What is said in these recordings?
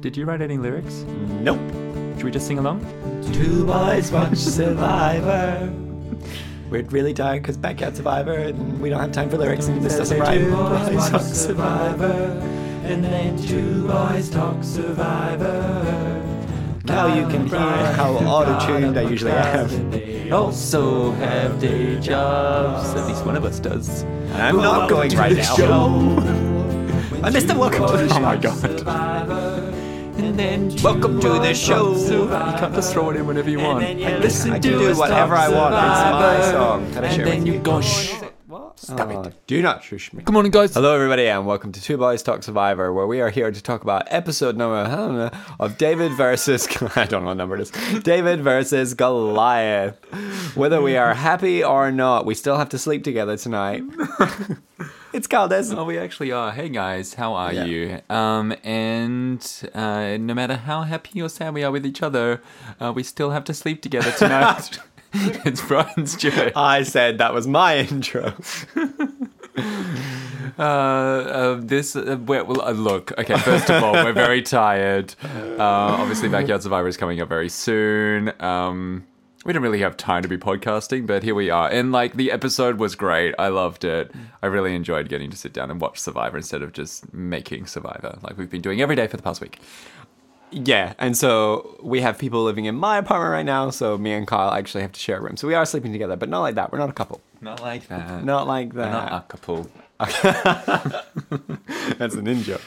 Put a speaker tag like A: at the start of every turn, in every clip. A: Did you write any lyrics?
B: Nope.
A: Should we just sing along?
B: Two boys watch Survivor. We're really tired because back out Survivor and we don't have time for lyrics and this doesn't rhyme. Two boys watch Survivor and then two boys talk Survivor. Now you can hear how auto-tuned I usually am.
A: also have day jobs. At least one of us does.
B: I'm not going right now. I missed the welcome to the show.
A: Oh my god.
C: And then
B: Welcome to the
A: You
B: show.
A: can't just throw it in whenever you want.
C: then you
A: I
C: listen
A: listen
B: I can
A: to
B: do
A: it.
B: whatever I want. It's my song. Can I
A: And
B: share with
A: then
B: you?
A: you go, shh.
B: Stop it. Oh, Do not shush me.
A: Come on, guys.
B: Hello, everybody, and welcome to Two Boys Talk Survivor, where we are here to talk about episode number I don't know, of David versus I don't know what number it is. David versus Goliath. Whether we are happy or not, we still have to sleep together tonight. it's called as
A: Oh, we actually are. Hey guys, how are
B: Yeah.
A: you? Um, and uh, no matter how happy or sad we are with each other, uh, we still have to sleep together tonight. it's Brian's joke. Uh,
B: I said that was my intro.
A: uh, this, uh, well, well, uh, look, okay, first of all, we're very tired. Uh, obviously, Backyard Survivor is coming up very soon. Um, we don't really have time to be podcasting, but here we are. And like the episode was great. I loved it. I really enjoyed getting to sit down and watch Survivor instead of just making Survivor like we've been doing every day for the past week.
B: Yeah, and so we have people living in my apartment right now, so me and Kyle actually have to share a room. So we are sleeping together, but not like that. We're not a couple.
A: Not like that.
B: Not like that.
A: Not Uh, a couple.
B: That's an in joke.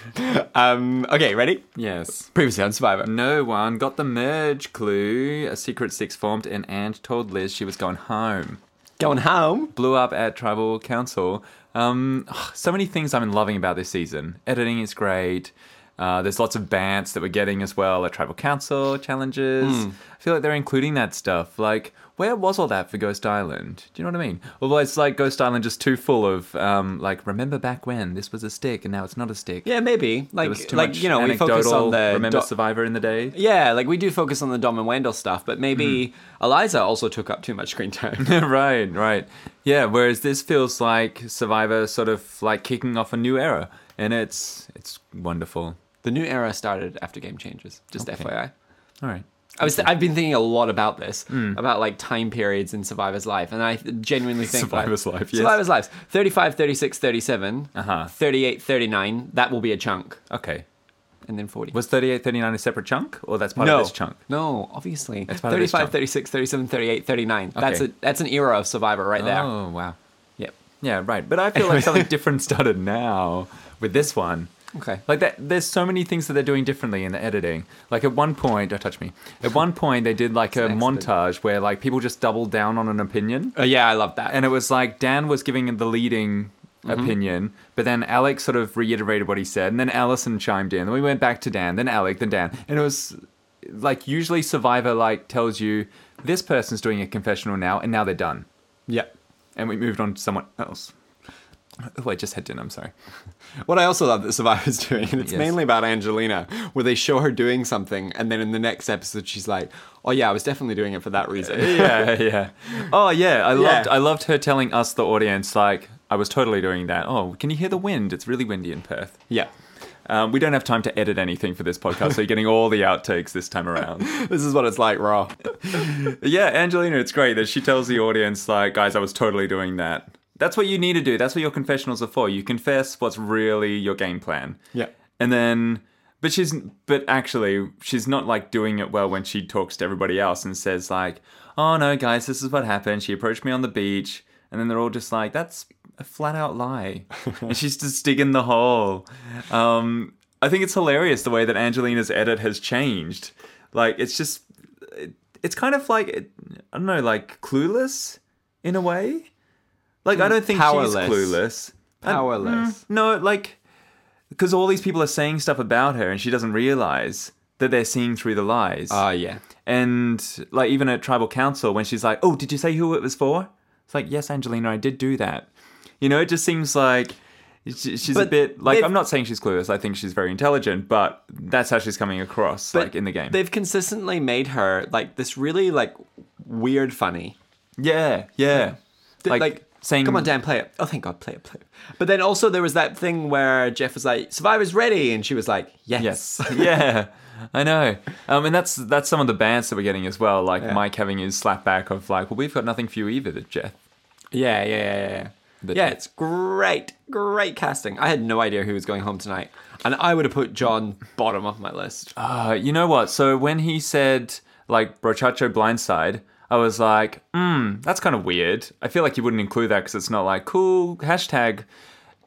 B: Um, okay, ready?
A: Yes.
B: Previously on Survivor.
A: No one got the merge clue. A secret six formed, and Ange told Liz she was going home.
B: Going home.
A: Blew up at tribal council. Um, so many things I'm loving about this season. Editing is great. Uh, there's lots of bants that we're getting as well at tribal council challenges.
B: Hmm.
A: I feel like they're including that stuff. Like, where was all that for Ghost Island? Do you know what I mean? Although it's like Ghost Island just too full of um, like, remember back when this was a stick and now it's not a stick.
B: Yeah, maybe.
A: There
B: Like,
A: was too
B: like
A: much
B: you know, we focus
A: anecdotal
B: on the
A: remember
B: Do-
A: Survivor in the day.
B: yeah, like we do focus on the Dom and Wendell stuff, but maybe
A: Hmm.
B: Eliza also took up too much screen time.
A: right, right. Yeah, whereas this feels like Survivor sort of like kicking off a new era and it's it's wonderful.
B: the new era started after game changes. Just
A: Okay.
B: FYI.
A: All right.
B: I was I've been thinking a lot about this
A: Hmm.
B: about like time periods in survivors life and I genuinely think
A: Survivor's
B: like,
A: life, yes.
B: survivors lives 35 36 37
A: Uh-huh.
B: 38 39 that will be a chunk
A: Okay.
B: and then 40
A: Was 3839 a separate chunk or that's part
B: no.
A: of this chunk?
B: No, obviously.
A: That's part of this
B: 35,
A: chunk.
B: 36, 37, 38, 39. That's
A: Okay.
B: a that's an era of Survivor right there.
A: Oh, wow.
B: Yep.
A: Yeah, right. But I feel like something different started now with this one.
B: Okay.
A: Like that, there's so many things that they're doing differently in the editing. Like at one point, don't touch me. At one point, they did like a
B: an accident.
A: montage where like people just doubled down on an opinion.
B: Uh, yeah, I love that.
A: and it was like Dan was giving the leading opinion, but then Alex sort of reiterated what he said, and then Allison chimed in. Then we went back to Dan, then Alec, then Dan, and it was like usually Survivor like tells you this person's doing a confessional now, and now they're done,
B: yep.
A: and we moved on to someone else. Oh, I just had dinner. I'm sorry.
B: What I also love that Survivor's doing, and it's
A: Yes.
B: mainly about Angelina, where they show her doing something, and then in the next episode, she's like, "Oh yeah, I was definitely doing it for that reason."
A: yeah, yeah. Oh yeah, I loved
B: Yeah.
A: I loved her telling us the audience like I was totally doing that. Oh, can you hear the wind? It's really windy in Perth.
B: yeah.
A: Um, we don't have time to edit anything for this podcast, so you're getting all the outtakes this time around.
B: This is what it's like raw.
A: yeah, Angelina, it's great that she tells the audience, like, guys, I was totally doing that. That's what you need to do. That's what your confessionals are for. You confess what's really your game plan.
B: Yeah.
A: And then, but she's, but actually, she's not like doing it well when she talks to everybody else and says, like, oh no, guys, this is what happened. She approached me on the beach. And then they're all just like, that's a flat out lie. and she's just digging the hole. Um, I think it's hilarious the way that Angelina's edit has changed. Like, it's just, it, it's kind of like, it, I don't know, like clueless in a way. Like, I don't think
B: Mm, Powerless.
A: she's clueless. I-
B: Powerless.
A: no, like, because all these people are saying stuff about her and she doesn't realize that they're seeing through the lies.
B: Ah yeah.
A: and, like, even at tribal council, when she's like, oh, did you say who it was for? It's like, yes, Angelina, I did do that. You know, it just seems like she- she's a
B: But
A: bit, like,
B: they've-
A: I'm not saying she's clueless. I think she's very intelligent, but that's how she's coming across,
B: But
A: like, in the game.
B: They've consistently made her like this really like weird funny.
A: Yeah, yeah.
B: Th- like,
A: saying,
B: Come on, Dan, play it. Oh, thank God, play it, play it. But then also there was that thing where Jeff was like, Survivor's ready. And she was like, Yes.
A: Yes. yeah. I know. Um, and that's that's some of the bans that we're getting as well. Like Mike having his slapback of like, well, we've got nothing for you either, Jeff.
B: Yeah, yeah, yeah, yeah.
A: But-
B: yeah, it's great, great casting. I had no idea who was going home tonight. And I would have put John bottom of my list.
A: Uh, you know what? So when he said like brochacho blindside, I was like, hmm, that's kind of weird. I feel like you wouldn't include that because it's not like cool hashtag.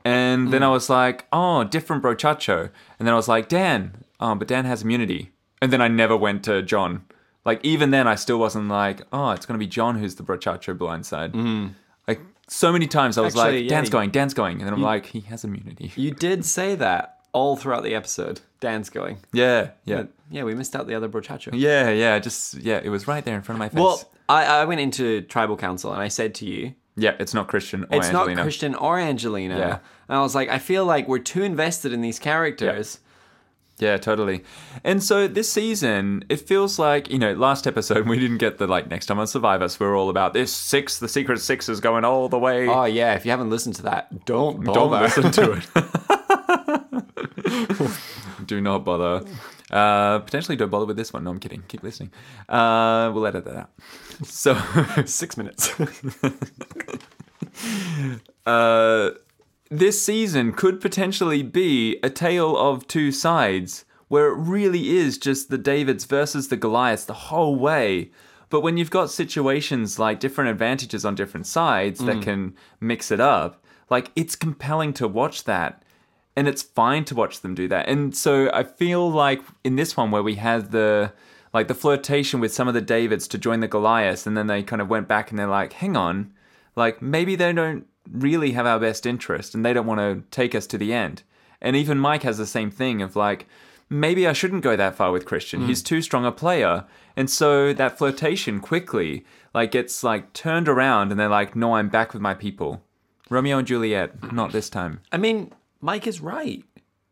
A: And
B: Hmm.
A: then I was like, oh, different brochacho. And then I was like, Dan, oh, but Dan has immunity. And then I never went to John. Like even then, I still wasn't like, oh, it's gonna be John who's the brochacho blindside. Like so many times, I was
B: Hmm. Actually,
A: like,
B: yeah,
A: Dan's
B: you-
A: going, Dan's going, and then I'm like, he has immunity.
B: You did say that all throughout the episode. Dan's going.
A: Yeah, yeah,
B: But yeah, we missed out the other brochacho.
A: yeah, yeah. Just yeah, it was right there in front of my face.
B: Well, I, I went into tribal council and I said to you,
A: Yeah, it's not Christian or
B: it's
A: Oh, Angelina.
B: not Christian or Angelina.
A: Yeah.
B: And I was like, I feel like we're too invested in these characters.
A: Yeah, totally. And so this season, it feels like, you know, last episode we didn't get the like next time on Survivor, so we are all about this six, the secret six is going all the way.
B: Oh yeah, if you haven't listened to that, don't
A: Don't
B: bother.
A: listen to it. Do not bother. Uh, potentially don't bother with this one. No, I'm kidding. Keep listening. Uh, we'll edit that out. So
B: Six minutes.
A: uh, this season could potentially be a tale of two sides where it really is just the Davids versus the Goliaths the whole way. But when you've got situations like different advantages on different sides that can mix it up, like it's compelling to watch that. And it's fine to watch them do that. And so I feel like in this one where we had the like the flirtation with some of the Davids to join the Goliaths, and then they kind of went back and they're like, hang on, like maybe they don't really have our best interest and they don't want to take us to the end and even mike has the same thing of like maybe i shouldn't go that far with christian he's too strong a player and so that flirtation quickly like gets like turned around and they're like no i'm back with my people romeo and juliet not this time
B: I mean, Mike is right.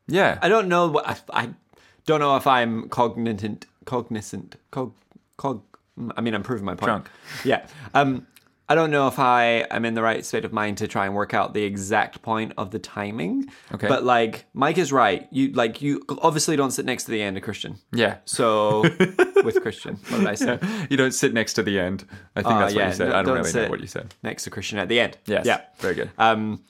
A: yeah
B: I don't know. What, I, I don't know if I'm cognizant, cognizant, cog, cog. I mean, I'm proving my point.
A: Drunk.
B: Yeah. Um, I don't know if I am in the right state of mind to try and work out the exact point of the timing.
A: Okay.
B: But like, Mike is right. You like you obviously don't sit next to the end of Christian.
A: yeah
B: So with Christian, what did I say?
A: you don't sit next to the end i think
B: Ah,
A: that's what
B: yeah,
A: you said
B: no,
A: i don't
B: don't
A: really know
B: sit.
A: what you said
B: Next to Christian at the end.
A: yes
B: Yeah.
A: very good
B: Um,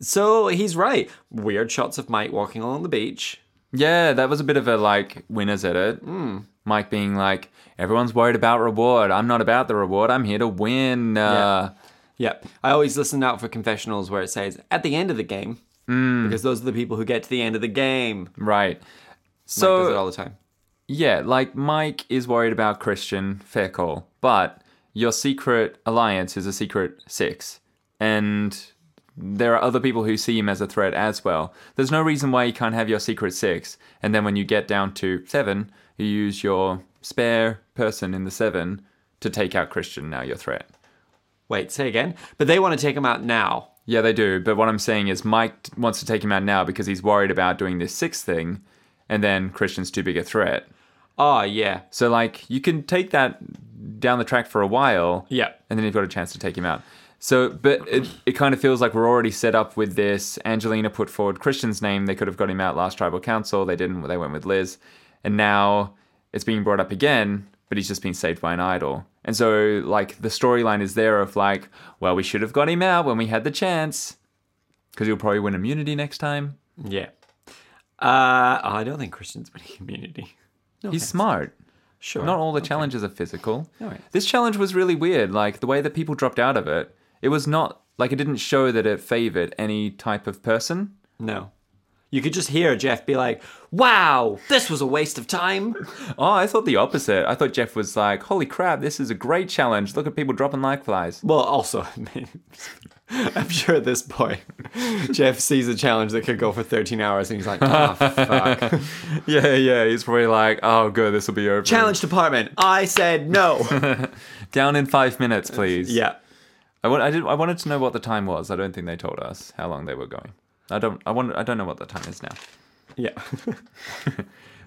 B: so he's right. Weird shots of Mike walking along the beach.
A: Yeah, that was a bit of a like winners edit.
B: Hmm.
A: Mike being like, everyone's worried about reward. I'm not about the reward. I'm here to win. Uh,
B: Yep. I always listen out for confessionals where it says at the end of the game because those are the people who get to the end of the game. Mike
A: Right.
B: does it
A: So,
B: all the time.
A: yeah, like Mike is worried about Christian. Fair call. But your secret alliance is a secret six. And there are other people who see him as a threat as well. There's no reason why you can't have your secret six. And then when you get down to seven, you use your spare person in the seven to take out Christian, now your threat.
B: Wait, say again. But they want to take him out now.
A: Yeah, they do. But what I'm saying is Mike t- wants to take him out now because he's worried about doing this six thing, and then Christian's too big a threat.
B: Oh, yeah.
A: So like you can take that down the track for a while.
B: Yeah.
A: And then you've got a chance to take him out. So, but it, it kind of feels like we're already set up with this. Angelina put forward Christian's name. They could have got him out last tribal council. They didn't. They went with Liz. And now it's being brought up again, but he's just been saved by an idol. And so, like, the storyline is there of like, well, we should have got him out when we had the chance because he'll probably win immunity next time.
B: Yeah. Uh, I don't think Christian's winning community.
A: He's smart.
B: Sure.
A: Not all the challenges are physical.
B: Alright.
A: This challenge was really weird. Like the way that people dropped out of it, it was not like it didn't show that it favored any type of person.
B: No. You could just hear Jeff be like, wow, this was a waste of time.
A: Oh, I thought the opposite. I thought Jeff was like, "Holy crap, this is a great challenge! Look at people dropping like flies."
B: Well, also, I mean, I'm sure at this point, Jeff sees a challenge that could go for 13 hours and he's like, oh, fuck.
A: Yeah, yeah. He's probably like, "Oh, good, this will be over."
B: Challenge department, I said no.
A: down in five minutes, please.
B: yeah.
A: I, want, I did. I wanted to know what the time was. I don't think they told us how long they were going. I don't. I want. I don't know what the time is now.
B: Yeah.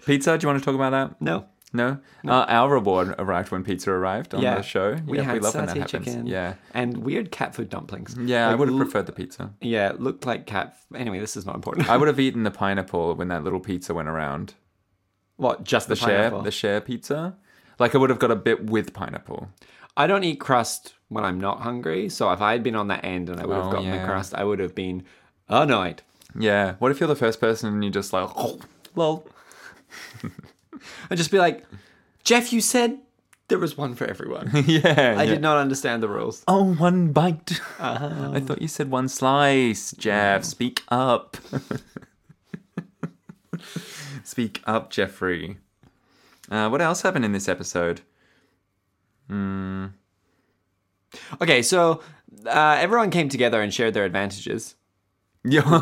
A: Pizza? Do you want to talk about that?
B: No.
A: No, Uh, our reward arrived when pizza arrived on
B: Yeah.
A: the show.
B: We
A: Yeah,
B: had
A: we love when that
B: satay
A: happens.
B: chicken.
A: Yeah,
B: and weird cat food dumplings.
A: yeah. I
B: Like,
A: would have
B: l-
A: preferred the pizza.
B: Yeah, it looked like cat. Anyway, this is not important.
A: I would have eaten the pineapple when that little pizza went around.
B: what just the,
A: The share,
B: pineapple?
A: the share pizza. Like I would have got a bit with pineapple.
B: I don't eat crust when I'm not hungry. So if I had been on that end and I would have
A: Oh,
B: gotten the
A: yeah.
B: crust, I would have been annoyed.
A: Yeah. What if you're the first person and you're just like, oh, lol.
B: I'd just be like, Jeff, you said there was one for everyone.
A: yeah.
B: I did not understand the rules.
A: Oh, one bite.
B: Uh-huh.
A: I thought you said one slice, Jeff. Speak up. Speak up, Jeffrey. Uh, what else happened in this episode?
B: Okay, so uh, everyone came together and shared their advantages.
A: Yeah,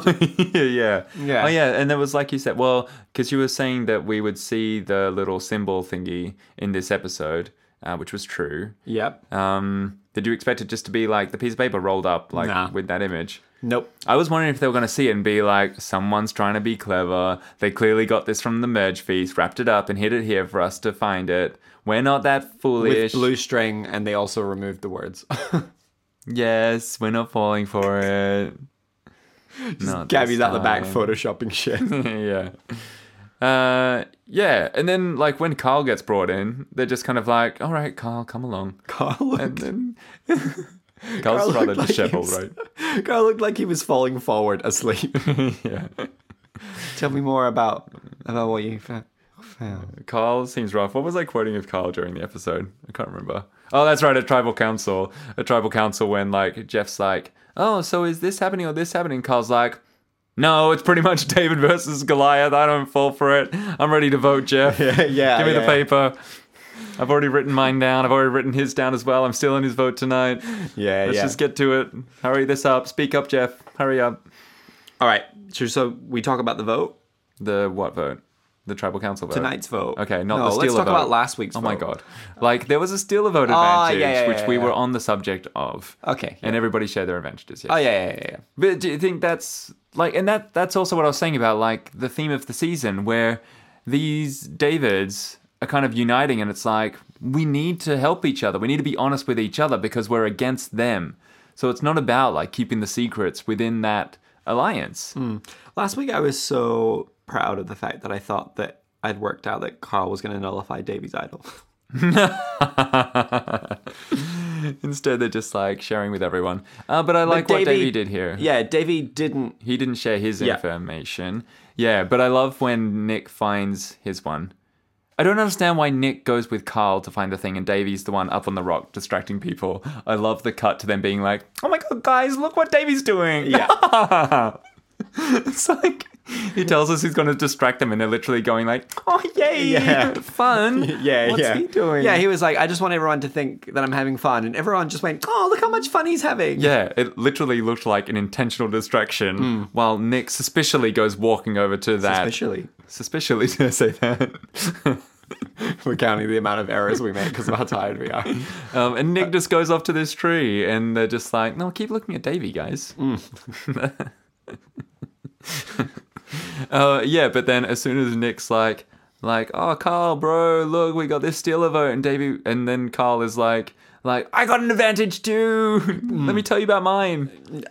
A: yeah,
B: Yeah.
A: Oh, yeah. And there was like you said, well, because you were saying that we would see the little symbol thingy in this episode, uh, which was true.
B: Yep.
A: Um, did you expect it just to be like the piece of paper rolled up, like
B: Nah.
A: with that image?
B: Nope.
A: I was wondering if they were going to see it and be like, someone's trying to be clever. They clearly got this from the merge feast, wrapped it up, and hid it here for us to find it. We're not that
B: With
A: foolish.
B: blue string, and they also removed the words.
A: yes, we're not falling for it. Not
B: Gabby's
A: this
B: out the back
A: time.
B: photoshopping shit.
A: yeah. Uh, yeah. And then, like, when Carl gets brought in, they're just kind of like, all right, Carl, come along.
B: Carl looked,
A: And then. Carl's
B: Carl looked
A: rather
B: like
A: disheveled,
B: he's-
A: right?
B: Carl looked like he was falling forward asleep.
A: Yeah.
B: Tell me more about about what you found. found.
A: Carl seems rough. What was I quoting of Carl during the episode? I can't remember. Oh, that's right, a tribal council. A tribal council when like Jeff's like, "Oh, so is this happening or this happening?" Carl's like, "No, it's pretty much David versus Goliath. I don't fall for it. I'm ready to vote Jeff.
B: Yeah, yeah,
A: Give me
B: yeah.
A: the paper. I've already written mine down. I've already written his down as well. I'm still in his vote tonight.
B: Yeah,
A: Let's
B: yeah.
A: just get to it. Hurry this up. Speak up, Jeff. Hurry up.
B: All right, so, so we talk about the vote
A: The what vote? The tribal council vote.
B: tonight's vote.
A: Okay, not
B: no,
A: the
B: let's
A: Steeler
B: talk
A: vote.
B: about last week's.
A: Oh
B: vote.
A: my god. Like there was a steal a vote
B: Ah,
A: advantage,
B: yeah, yeah,
A: which
B: yeah,
A: we
B: yeah.
A: were on the subject of.
B: Okay,
A: And everybody shared their advantages, yes.
B: Oh yeah, yeah, yeah, yeah.
A: But do you think that's like and that that's also what I was saying about like the theme of the season where these Davids are kind of uniting and it's like we need to help each other. We need to be honest with each other because we're against them. So it's not about like keeping the secrets within that alliance.
B: Last week I was so proud of the fact that I thought that I'd worked out that Carl was going to nullify Davy's idol.
A: Instead they're just like sharing with everyone. Uh, but I like what
B: Davey-
A: Davey did here.
B: Yeah, Davy didn't.
A: he didn't share his
B: Yeah.
A: information. Yeah, but I love when Nick finds his one. I don't understand why Nick goes with Carl to find the thing and Davey's the one up on the rock distracting people. I love the cut to them being like, "Oh my god, guys, look what Davey's doing!"
B: Yeah.
A: it's like he tells us he's going to distract them, and they're literally going like, "Oh yay,
B: Yeah.
A: fun!
B: Yeah,
A: what's
B: yeah.
A: he doing?"
B: Yeah, he was like, I just want everyone to think that I'm having fun, and everyone just went, "Oh, look how much fun he's having."
A: Yeah, it literally looked like an intentional distraction
B: Hmm.
A: while Nick suspiciously goes walking over to that.
B: especially
A: Suspiciously, did I say that?
B: we're counting the amount of errors we make because of how tired we are.
A: um, and Nick just goes off to this tree, and they're just like, "No, keep looking at Davy, guys." uh, yeah, but then as soon as Nick's like, "Like, oh, Carl, bro, look, we got this Steeler vote," and Davy, and then Carl is like, "Like, I got an advantage too. Let me tell you about mine."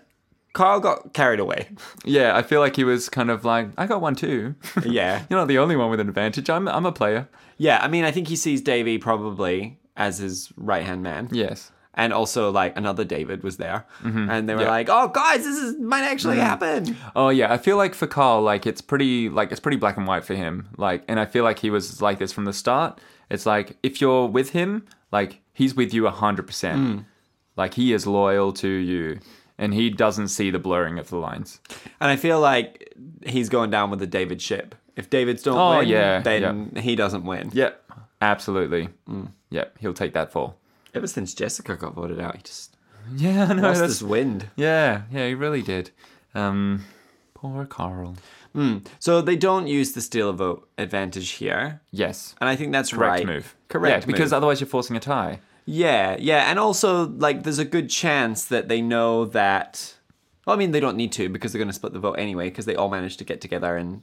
B: Carl got carried away.
A: Yeah, I feel like he was kind of like, "I got one too.
B: Yeah.
A: You're not the only one with an advantage. I'm, I'm a player."
B: Yeah, I mean, I think he sees Davy probably as his right hand man.
A: Yes.
B: And also, like, another David was there. And they were
A: Yeah.
B: like, oh, guys, this is, might actually happen.
A: Oh yeah, I feel like for Carl, like it's pretty, like it's pretty black and white for him. Like, and I feel like he was like this from the start. It's like if you're with him, like he's with you hundred
B: Hmm.
A: percent. Like he is loyal to you, and he doesn't see the blurring of the lines.
B: And I feel like he's going down with the David ship. If David's don't
A: Oh,
B: win,
A: yeah,
B: then he doesn't win.
A: Yep, absolutely.
B: Hmm.
A: Yep, he'll take that fall.
B: Ever since Jessica got voted out, he just
A: Yeah, no,
B: Hmm. lost
A: that's,
B: his wind.
A: yeah, yeah, he really did. Um, poor Carl.
B: So they don't use the steal a vote advantage here.
A: Yes,
B: And I think that's
A: correct
B: right.
A: move.
B: Correct.
A: yeah, because
B: move.
A: otherwise you're forcing a tie.
B: Yeah, yeah, and also like there's a good chance that they know that. Well, I mean, they don't need to because they're going to split the vote anyway because they all managed to get together and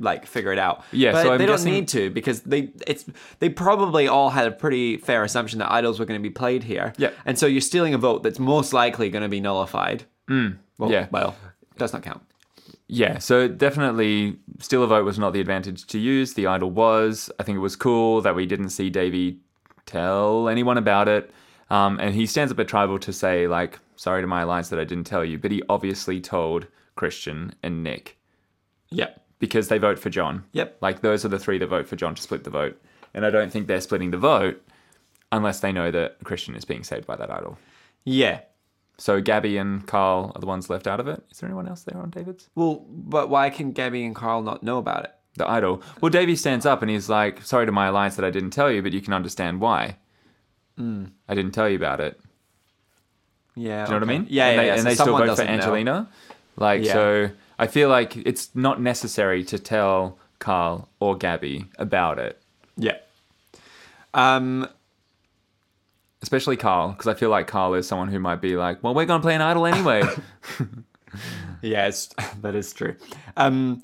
B: like figure it out.
A: Mm-hmm. Yeah,
B: but
A: so I'm
B: they don't
A: guessing-
B: need to because they it's they probably all had a pretty fair assumption that idols were going to be played here.
A: Yep.
B: and so you're stealing a vote that's most likely going to be nullified. Well,
A: Mm. yeah.
B: well, does not count.
A: Yeah, so definitely steal a vote was not the advantage to use. The idol was. I think it was cool that we didn't see Davey tell anyone about it. Um, and he stands up at tribal to say, like, sorry to my alliance that I didn't tell you, but he obviously told Christian and Nick
B: Yep.
A: because they vote for John.
B: Yep.
A: Like those are the three that vote for John to split the vote. And I don't think they're splitting the vote unless they know that Christian is being saved by that idol.
B: Yeah.
A: So Gabby and Carl are the ones left out of it. Is there anyone else there on David's?
B: Well, but why can Gabby and Carl not know about it?
A: the idol. Well, Davy stands up and he's like, "Sorry to my alliance that I didn't tell you, but you can understand why.
B: Hmm.
A: I didn't tell you about it.
B: Yeah.
A: Do you know what I
B: okay.
A: mean?
B: Yeah,
A: And
B: yeah.
A: they,
B: yeah.
A: and
B: So
A: they still
B: someone
A: vote for
B: doesn't know.
A: Angelina. Like,
B: Yeah.
A: so I feel like it's not necessary to tell Carl or Gabby about it,
B: Yeah. Um.
A: especially Carl, because I feel like Carl is someone who might be like, "Well, we're gonna play an idol anyway."
B: Yeah, it's, that is true. Um.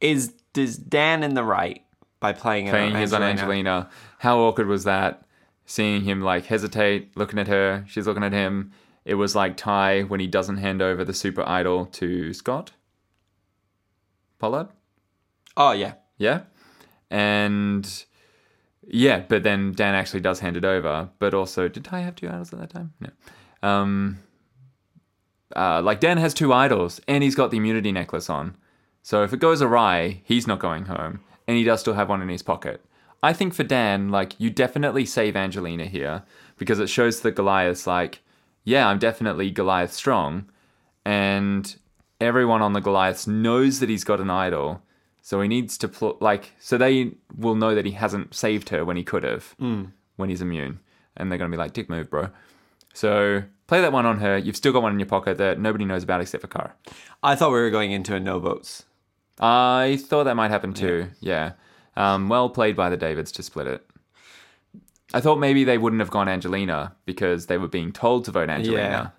B: Is does Dan in the right by playing it
A: playing
B: on
A: his on Angelina. How awkward was that? Seeing him like hesitate, looking at her, she's looking at him. It was like Ty when he doesn't hand over the super idol to Scott Pollard.
B: Oh yeah.
A: Yeah. And yeah, but then Dan actually does hand it over. But also, did Ty have two idols at that time? No. Um, uh, like, Dan has two idols and he's got the immunity necklace on. So if it goes awry, he's not going home. And he does still have one in his pocket. I think for Dan, like, you definitely save Angelina here because it shows that Goliath's like, yeah, I'm definitely Goliath strong and everyone on the Goliaths knows that he's got an idol. So he needs to pl- like so they will know that he hasn't saved her when he could have
B: Hmm.
A: when he's immune, and they're gonna be like dick move, bro. So play that one on her. You've still got one in your pocket that nobody knows about except for Kara.
B: I thought we were going into a no votes.
A: I thought that might happen too. Yeah. Um, well played by the Davids to split it. I thought maybe they wouldn't have gone Angelina because they were being told to vote Angelina.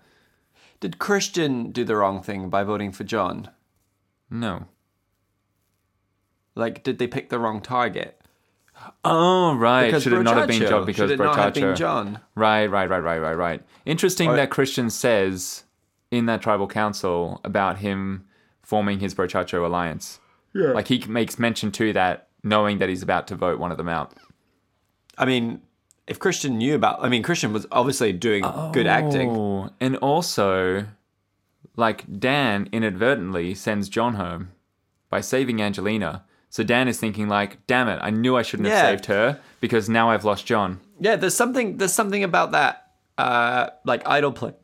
B: Did Christian do the wrong thing by voting for John?
A: No.
B: Like, did they pick the wrong target?
A: Oh right, should it not have been
B: Brocacio.
A: John because
B: should it not have been
A: Brocacio-
B: John?
A: Right, right, right, right, right, right. Interesting
B: Or-
A: that Christian says in that tribal council about him forming his Brochacho alliance. Yeah. Like he makes mention to that, knowing that he's about to vote one of them out.
B: I mean, if Christian knew about, I mean, Christian was obviously doing good acting.
A: Oh, and also, like Dan inadvertently sends John home by saving Angelina. So Dan is thinking like, "Damn it! I knew I shouldn't have
B: Yeah.
A: saved her because now I've lost John."
B: Yeah, there's something, there's something about that, uh, like idol play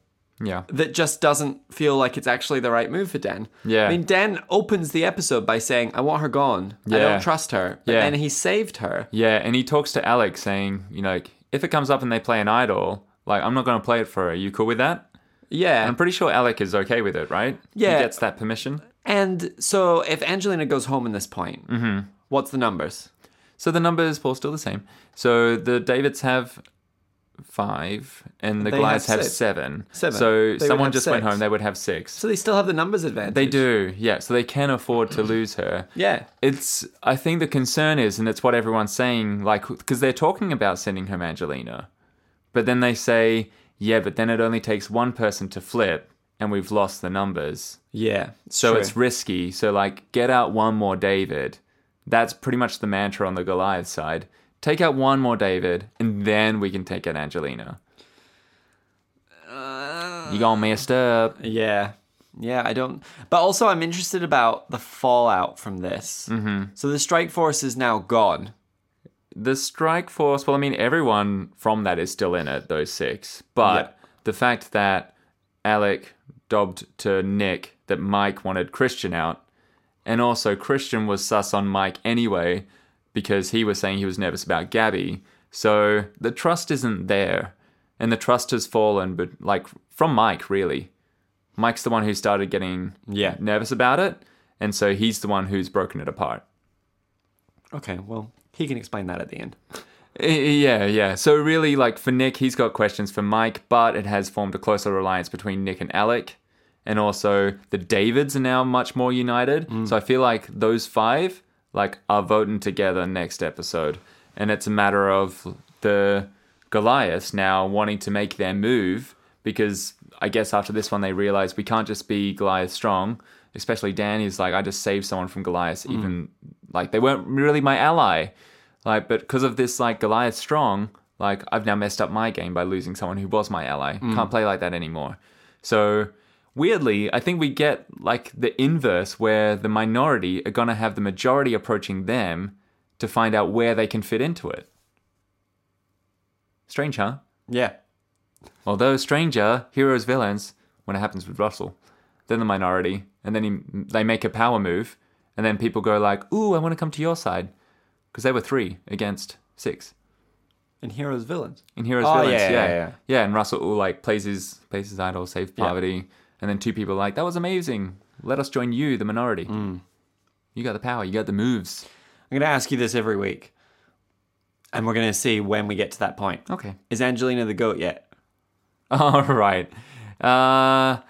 A: Yeah.
B: that just doesn't feel like it's actually the right move for Dan.
A: Yeah.
B: I mean, Dan opens the episode by saying, "I want her gone. I
A: Yeah.
B: don't trust her." But
A: Yeah.
B: then he saved her.
A: Yeah, and he talks to Alex saying, you know, like, if it comes up and they play an idol, like I'm not going to play it for her. you cool with that?
B: Yeah.
A: I'm pretty sure Alec is okay with it, right?
B: Yeah.
A: He gets that permission.
B: And so, if Angelina goes home in this point,
A: Mm-hmm.
B: what's the numbers?
A: So the numbers are still the same. So the Davids have five and the
B: They
A: Goliaths
B: have
A: have
B: six.
A: seven.
B: Seven. They
A: So
B: would
A: someone
B: have
A: just went
B: six.
A: home, they would have six.
B: So they still have the numbers advantage.
A: They do, yeah. So they can afford to lose her.
B: Yeah.
A: It's, I think the concern is, and it's what everyone's saying, like, because they're talking about sending home Angelina, but then they say, yeah, but then it only takes one person to flip and we've lost the numbers.
B: Yeah.
A: So it's risky. So, like, get out one more David. That's pretty much the mantra on the Goliath side. Take out one more David, and then we can take out Angelina. you gonna messed up.
B: yeah. Yeah, I don't. But also, I'm interested about the fallout from this. Mm-hmm. So the strike force is now gone.
A: the strike force well i mean everyone from that is still in it those six but the fact that alec dobbed to nick that mike wanted christian out and also christian was sus on mike anyway because he was saying he was nervous about gabby so the trust isn't there and the trust has fallen but like from mike really mike's the one who started getting
B: Yeah.
A: nervous about it and so he's the one who's broken it apart
B: Okay, well, he can explain that at the end.
A: I- Yeah, yeah. So really, like for Nick, he's got questions for Mike, but it has formed a closer alliance between Nick and Alec, and also the Davids are now much more united. So I feel like those five like are voting together next episode, and it's a matter of the Goliaths now wanting to make their move because I guess after this one they realize we can't just be Goliath strong. Especially Dan is like, I just saved someone from Goliath, even like they weren't really my ally like but because of this like goliath strong like i've now messed up my game by losing someone who was my ally can't play like that anymore so weirdly i think we get like the inverse where the minority are going to have the majority approaching them to find out where they can fit into it strange huh
B: Yeah.
A: although stranger heroes villains when it happens with russell then the minority and then he, they make a power move and then people go like ooh i want to come to your side because they were three against six
B: And heroes, villains.
A: in Heroes
B: Oh,
A: Villains.
B: yeah,
A: Yeah
B: yeah,
A: yeah,
B: yeah.
A: and Russell like plays his plays his idol, save poverty, and then two people are like that was amazing. Let us join you, the minority.
B: Mm.
A: You got the power. You got the moves.
B: I'm going to ask you this every week. And we're going to see when we get to that point.
A: Okay.
B: Is Angelina the goat yet?
A: All right. Uh,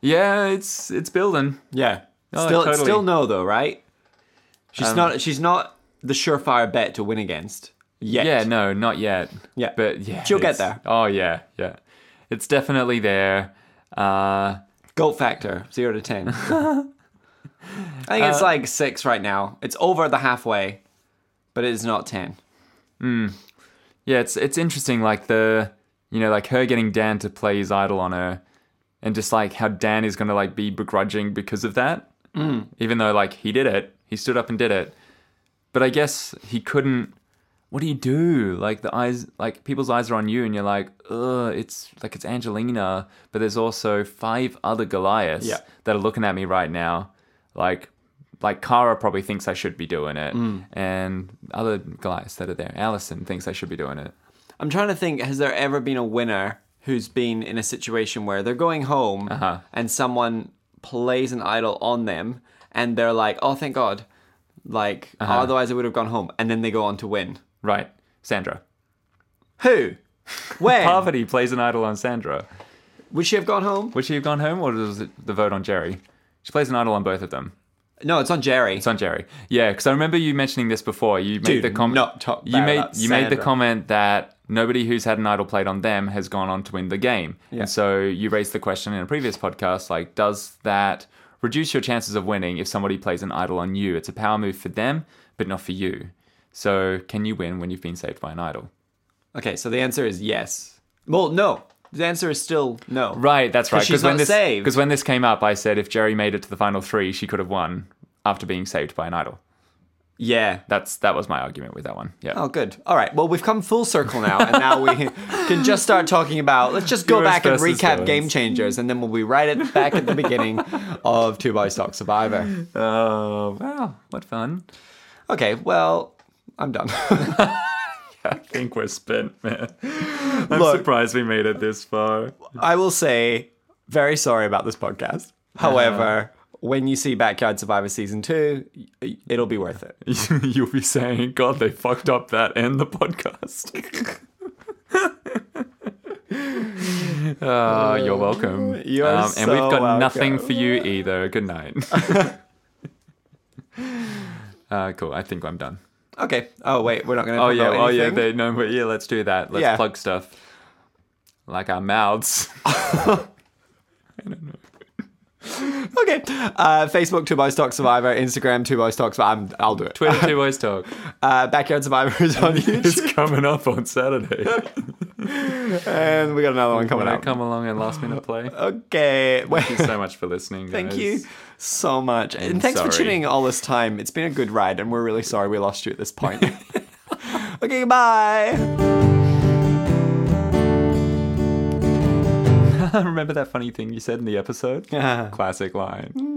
A: yeah, it's it's building.
B: Yeah.
A: Oh,
B: still,
A: totally.
B: still no though, right? Um, She's not. She's not the surefire bet to win against yet.
A: Yeah, no, not yet.
B: Yeah.
A: but yeah,
B: She'll get
A: it's-
B: there.
A: Oh yeah, yeah. It's definitely there. Uh,
B: Goat factor zero to ten. I think
A: Uh,
B: it's like six right now. It's over the halfway, but it is not ten.
A: Yeah, it's it's interesting, like the you know, like her getting Dan to play his idol on her, and just like how Dan is gonna like be begrudging because of that, mm. even though like he did it, he stood up and did it. But I guess he couldn't. What do you do? Like the eyes, like people's eyes are on you, and you're like, ugh, it's like it's Angelina, but there's also five other Goliaths
B: Yeah.
A: that are looking at me right now, like. Like Kara probably thinks I should be doing it, and other Goliaths that are there. Allison thinks I should be doing it.
B: I'm trying to think. Has there ever been a winner who's been in a situation where they're going home
A: Uh-huh.
B: and someone plays an idol on them, and they're like, "Oh, thank God!" Like
A: Uh-huh.
B: otherwise, I would have gone home, and then they go on to win.
A: Right. Sandra.
B: Who? When?
A: Poverty plays an idol on Sandra.
B: Would she have gone home?
A: Would she have gone home or was it the vote on Jerry? She plays an idol on both of them.
B: No, it's on Jerry.
A: It's on Jerry. Yeah, because I remember you mentioning this before. You made
B: Dude,
A: the comment.
B: not talk
A: you
B: bad
A: made
B: about
A: you made the
B: Sandra.
A: comment that nobody who's had an idol played on them has gone on to win the game.
B: Yeah.
A: And so you raised the question in a previous podcast, like, does that reduce your chances of winning if somebody plays an idol on you? It's a power move for them, but not for you. So can you win when you've been saved by an idol?
B: Okay, so the answer is yes. Well, no. The answer is still no.
A: Right, that's right.
B: she's
A: when
B: not
A: this,
B: saved.
A: Because when this came up, I said if Jerry made it to the final three, she could have won after being saved by an idol.
B: Yeah.
A: That's that was my argument with that one. Yeah.
B: Oh, good. All right. Well, we've come full circle now, and now we can just start talking about. Let's just go
A: Heroes
B: back and
A: versus
B: recap
A: villains.
B: Game Changers, and then we'll be right at, back at the beginning of Two Boys Talk Survivor. Uh,
A: Oh, wow, what fun!
B: Okay. Well, I'm done.
A: I think we're spent, man. I'm
B: Look.
A: surprised we made it this far.
B: I will say, very sorry about this podcast. However, when you see Backyard Survivor season two, y- it'll be worth it.
A: You'll be saying, "God, they fucked up that and the podcast." Uh, you're welcome. Um,
B: You're
A: and we've
B: so
A: got
B: welcome.
A: nothing for you either. Good night. uh, cool. I think I'm done.
B: Okay. Oh wait, we're not going to.
A: Oh yeah, oh yeah,
B: Anything.
A: they no, but yeah, let's do that. Let's
B: Yeah.
A: plug stuff. Like our mouths.
B: Okay. Uh, Facebook, Two Boys Talk Survivor. Instagram, Two Boys Talk Survivor. i will do it.
A: Twitter two boys talk.
B: Uh, Backyard Survivor is on
A: It's
B: YouTube.
A: coming up on Saturday.
B: and we got another one coming
A: Wanna
B: up.
A: come along and last minute play.
B: Okay.
A: Thank
B: Wait.
A: you so much for listening.
B: Thank
A: guys.
B: you so much. And
A: I'm
B: thanks for
A: sorry.
B: tuning in all this time. It's been a good ride, and we're really sorry we lost you at this point. okay, bye.
A: Remember that funny thing you said in the episode? Classic line.